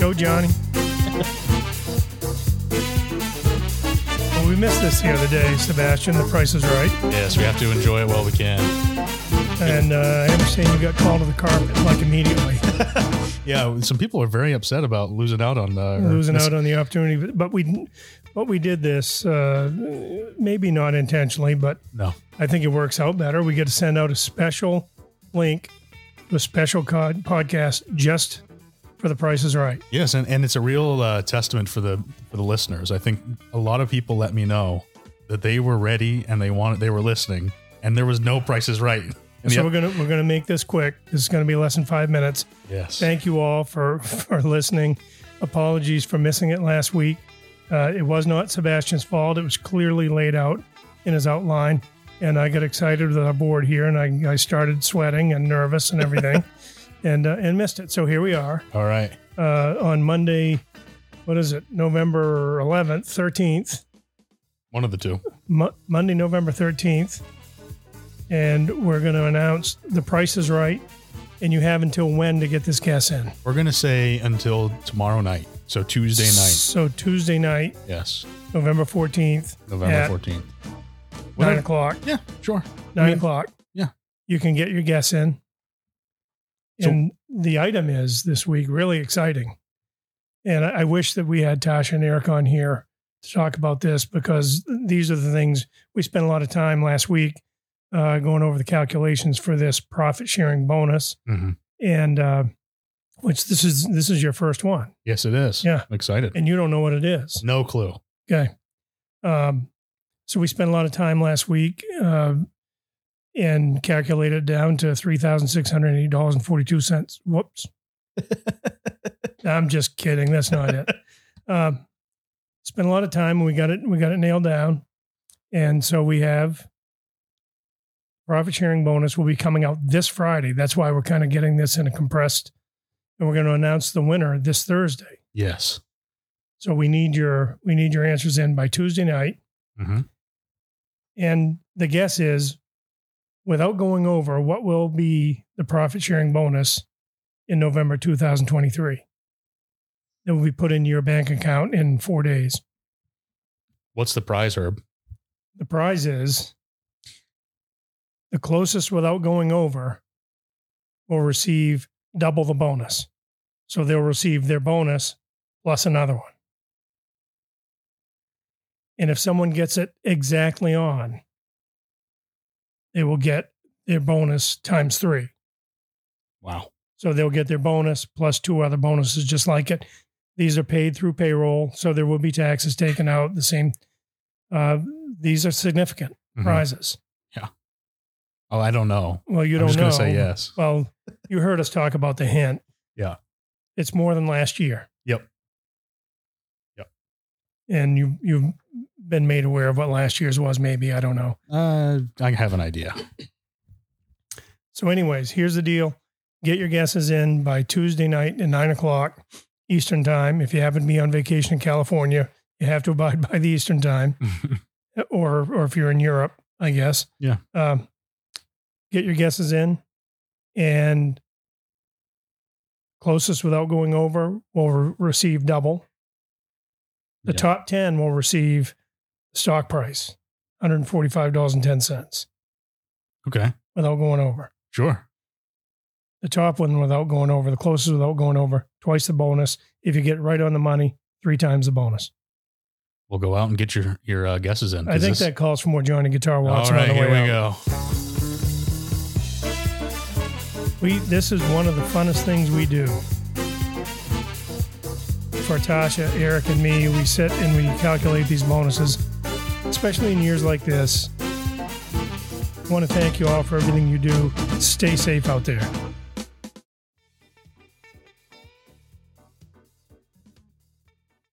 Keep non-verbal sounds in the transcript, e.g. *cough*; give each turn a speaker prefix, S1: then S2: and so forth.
S1: Go, Johnny. well, we missed this the other day, Sebastian. The price is right.
S2: Yes, we have to enjoy it while we can.
S1: And uh, I understand you got called to the carpet like immediately,
S2: Yeah, some people are very upset about losing out on uh, or
S1: losing
S2: miss-
S1: out on the opportunity. But- But we, but we did this, uh, maybe not intentionally, but
S2: No,
S1: I think it works out better. We get to send out a special link to a special co- podcast just for the price is right.
S2: yes, and, and it's a real uh, testament for the for the listeners. I think a lot of people let me know that they were ready and they wanted they were listening, and there was no prices right. And
S1: So
S2: the-
S1: we're gonna we're gonna make this quick. This is gonna be less than five minutes.
S2: yes,
S1: Thank you all for for listening. Apologies for missing it last week. Uh, it was not Sebastian's fault. It was clearly laid out in his outline, and I got excited with our board here, and I, I started sweating and nervous and everything, and uh, and missed it. So here we are
S2: all right,
S1: uh, on Monday. What is it? November eleventh, thirteenth.
S2: one of the two.
S1: Mo- Monday, November 13th. And we're going to announce the price is right. And you have until when to get this guess in?
S2: We're gonna say until tomorrow night, so Tuesday night.
S1: So Tuesday night,
S2: Yes,
S1: November 14th.
S2: November
S1: at
S2: fourteenth.
S1: 9 o'clock.
S2: Yeah, sure.
S1: 9
S2: mean,
S1: o'clock.
S2: yeah.
S1: You can get your guess in.
S2: So-
S1: And the item is this week really exciting. And I, I wish that we had Tasha and Eric on here to talk about this because these are the things we spent a lot of time last week uh, going over the calculations for this profit sharing bonus.
S2: hmm
S1: And uh, which this is this is your first one,
S2: Yes, it is.
S1: Yeah.
S2: I'm excited.
S1: and you don't know what it is.
S2: No clue.
S1: Um, so we spent a lot of time last week uh, and calculated down to three thousand six hundred eighty dollars and forty two cents. Whoops. I'm just kidding. That's not it. Um, spent a lot of time. and We got it. We got it nailed down, and so we have profit sharing bonus will be coming out this Friday. That's why we're kind of getting this in a compressed, and we're going to announce the winner this Thursday.
S2: Yes.
S1: So we need your we need your answers in by Tuesday night.
S2: hmm
S1: And the guess is without going over what will be the profit sharing bonus in November 2023. That will be put into your bank account in four days.
S2: What's the prize, Herb?
S1: The prize is the closest without going over will receive double the bonus. So they'll receive their bonus plus another one. And if someone gets it exactly on, they will get their bonus times three.
S2: Wow.
S1: So they'll get their bonus plus two other bonuses just like it. These are paid through payroll. So there will be taxes taken out the same. Uh, these are significant
S2: Mhm.
S1: prizes.
S2: Oh, I don't know.
S1: Well, you
S2: I'm
S1: don't
S2: just
S1: know.
S2: gonna say yes.
S1: Well, you heard us talk about the hint.
S2: Yeah.
S1: It's more than last year.
S2: Yep. Yep.
S1: And you you've been made aware of what last year's was, maybe. I don't know.
S2: Uh, I have
S1: *laughs*
S2: an idea.
S1: So, anyways, here's the deal. Get your guesses in by Tuesday night at nine o'clock Eastern time. If you happen to be on vacation in California, you have to abide *laughs* by the Eastern time. or or if you're in Europe, I guess.
S2: Yeah.
S1: Um, get your guesses in, and closest without going over will re- receive double. The
S2: Yeah.
S1: top ten will receive stock price, one hundred forty five dollars and ten cents
S2: okay.
S1: without going over.
S2: Sure.
S1: The top one without going over, the closest without going over, twice the bonus. If you get right on the money, three times the bonus.
S2: We'll go out and get your your uh, guesses in.
S1: I
S2: 'cause
S1: think
S2: this-
S1: that calls for more Johnny Guitar
S2: All
S1: Watson on
S2: right,
S1: the
S2: here
S1: way
S2: we
S1: out.
S2: go.
S1: We this is one of the funnest things we do. For Tasha, Eric, and me, we sit and we calculate these bonuses, especially in years like this. I want to thank you all for everything you do. Stay safe out there.